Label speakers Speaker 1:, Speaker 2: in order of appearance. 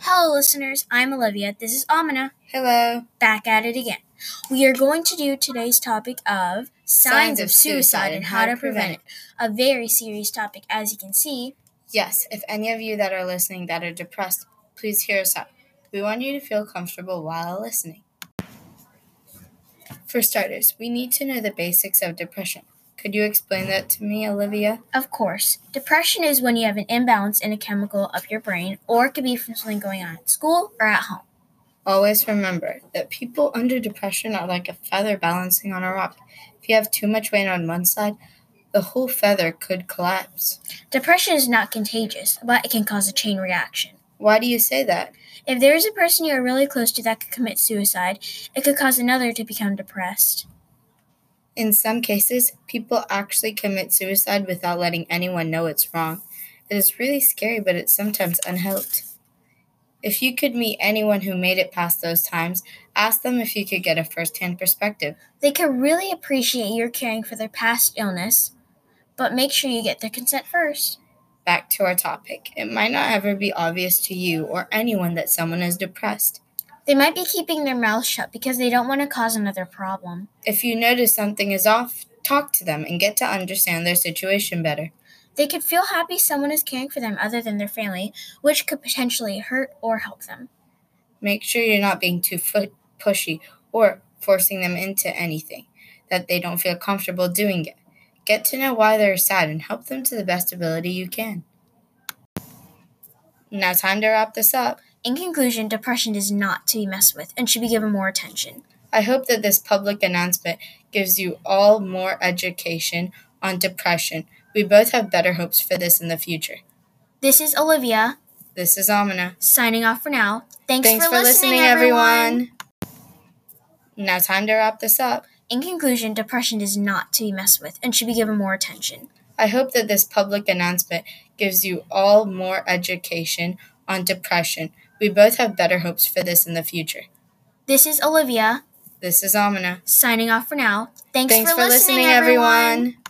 Speaker 1: Hello, listeners. I'm Olivia. This is Amina.
Speaker 2: Hello.
Speaker 1: Back at it again. We are going to do today's topic of signs, of suicide and how to prevent it. A very serious topic, as you can see.
Speaker 2: Yes, if any of you that are listening that are depressed, please hear us out. We want you to feel comfortable while listening. For starters, we need to know the basics of depression. Could you explain that to me, Olivia?
Speaker 1: Of course, depression is when you have an imbalance in a chemical of your brain, or it could be from something going on at school or at home.
Speaker 2: Always remember that people under depression are like a feather balancing on a rock. If you have too much weight on one side, the whole feather could collapse.
Speaker 1: Depression is not contagious, but it can cause a chain reaction.
Speaker 2: Why do you say that?
Speaker 1: If there is a person you are really close to that could commit suicide, it could cause another to become depressed.
Speaker 2: In some cases, people actually commit suicide without letting anyone know it's wrong. It is really scary, but it's sometimes unhelped. If you could meet anyone who made it past those times, ask them if you could get a first hand perspective.
Speaker 1: They could really appreciate your caring for their past illness, but make sure you get their consent first.
Speaker 2: Back to our topic. It might not ever be obvious to you or anyone that someone is depressed.
Speaker 1: They might be keeping their mouths shut because they don't want to cause another problem.
Speaker 2: If you notice something is off, talk to them and get to understand their situation better.
Speaker 1: They could feel happy someone is caring for them other than their family, which could potentially hurt or help them.
Speaker 2: Make sure you're not being too fu- pushy or forcing them into anything that they don't feel comfortable doing it. Get to know why they're sad and help them to the best ability you can. Now, time to wrap this up.
Speaker 1: In conclusion, depression is not to be messed with and should be given more attention.
Speaker 2: I hope that this public announcement gives you all more education on depression. We both have better hopes for this in the future.
Speaker 1: This is Olivia,
Speaker 2: This is Amina.
Speaker 1: signing off for now. Thanks,
Speaker 2: Thanks
Speaker 1: for, listening, everyone.
Speaker 2: Now, time to wrap this up.
Speaker 1: In conclusion, depression is not to be messed with and should be given more attention.
Speaker 2: I hope that this public announcement gives you all more education on depression. We both have better hopes for this in the future.
Speaker 1: This is Olivia,
Speaker 2: This is Amina.
Speaker 1: signing off for now. Thanks,
Speaker 2: Thanks
Speaker 1: for, listening, everyone.
Speaker 2: everyone.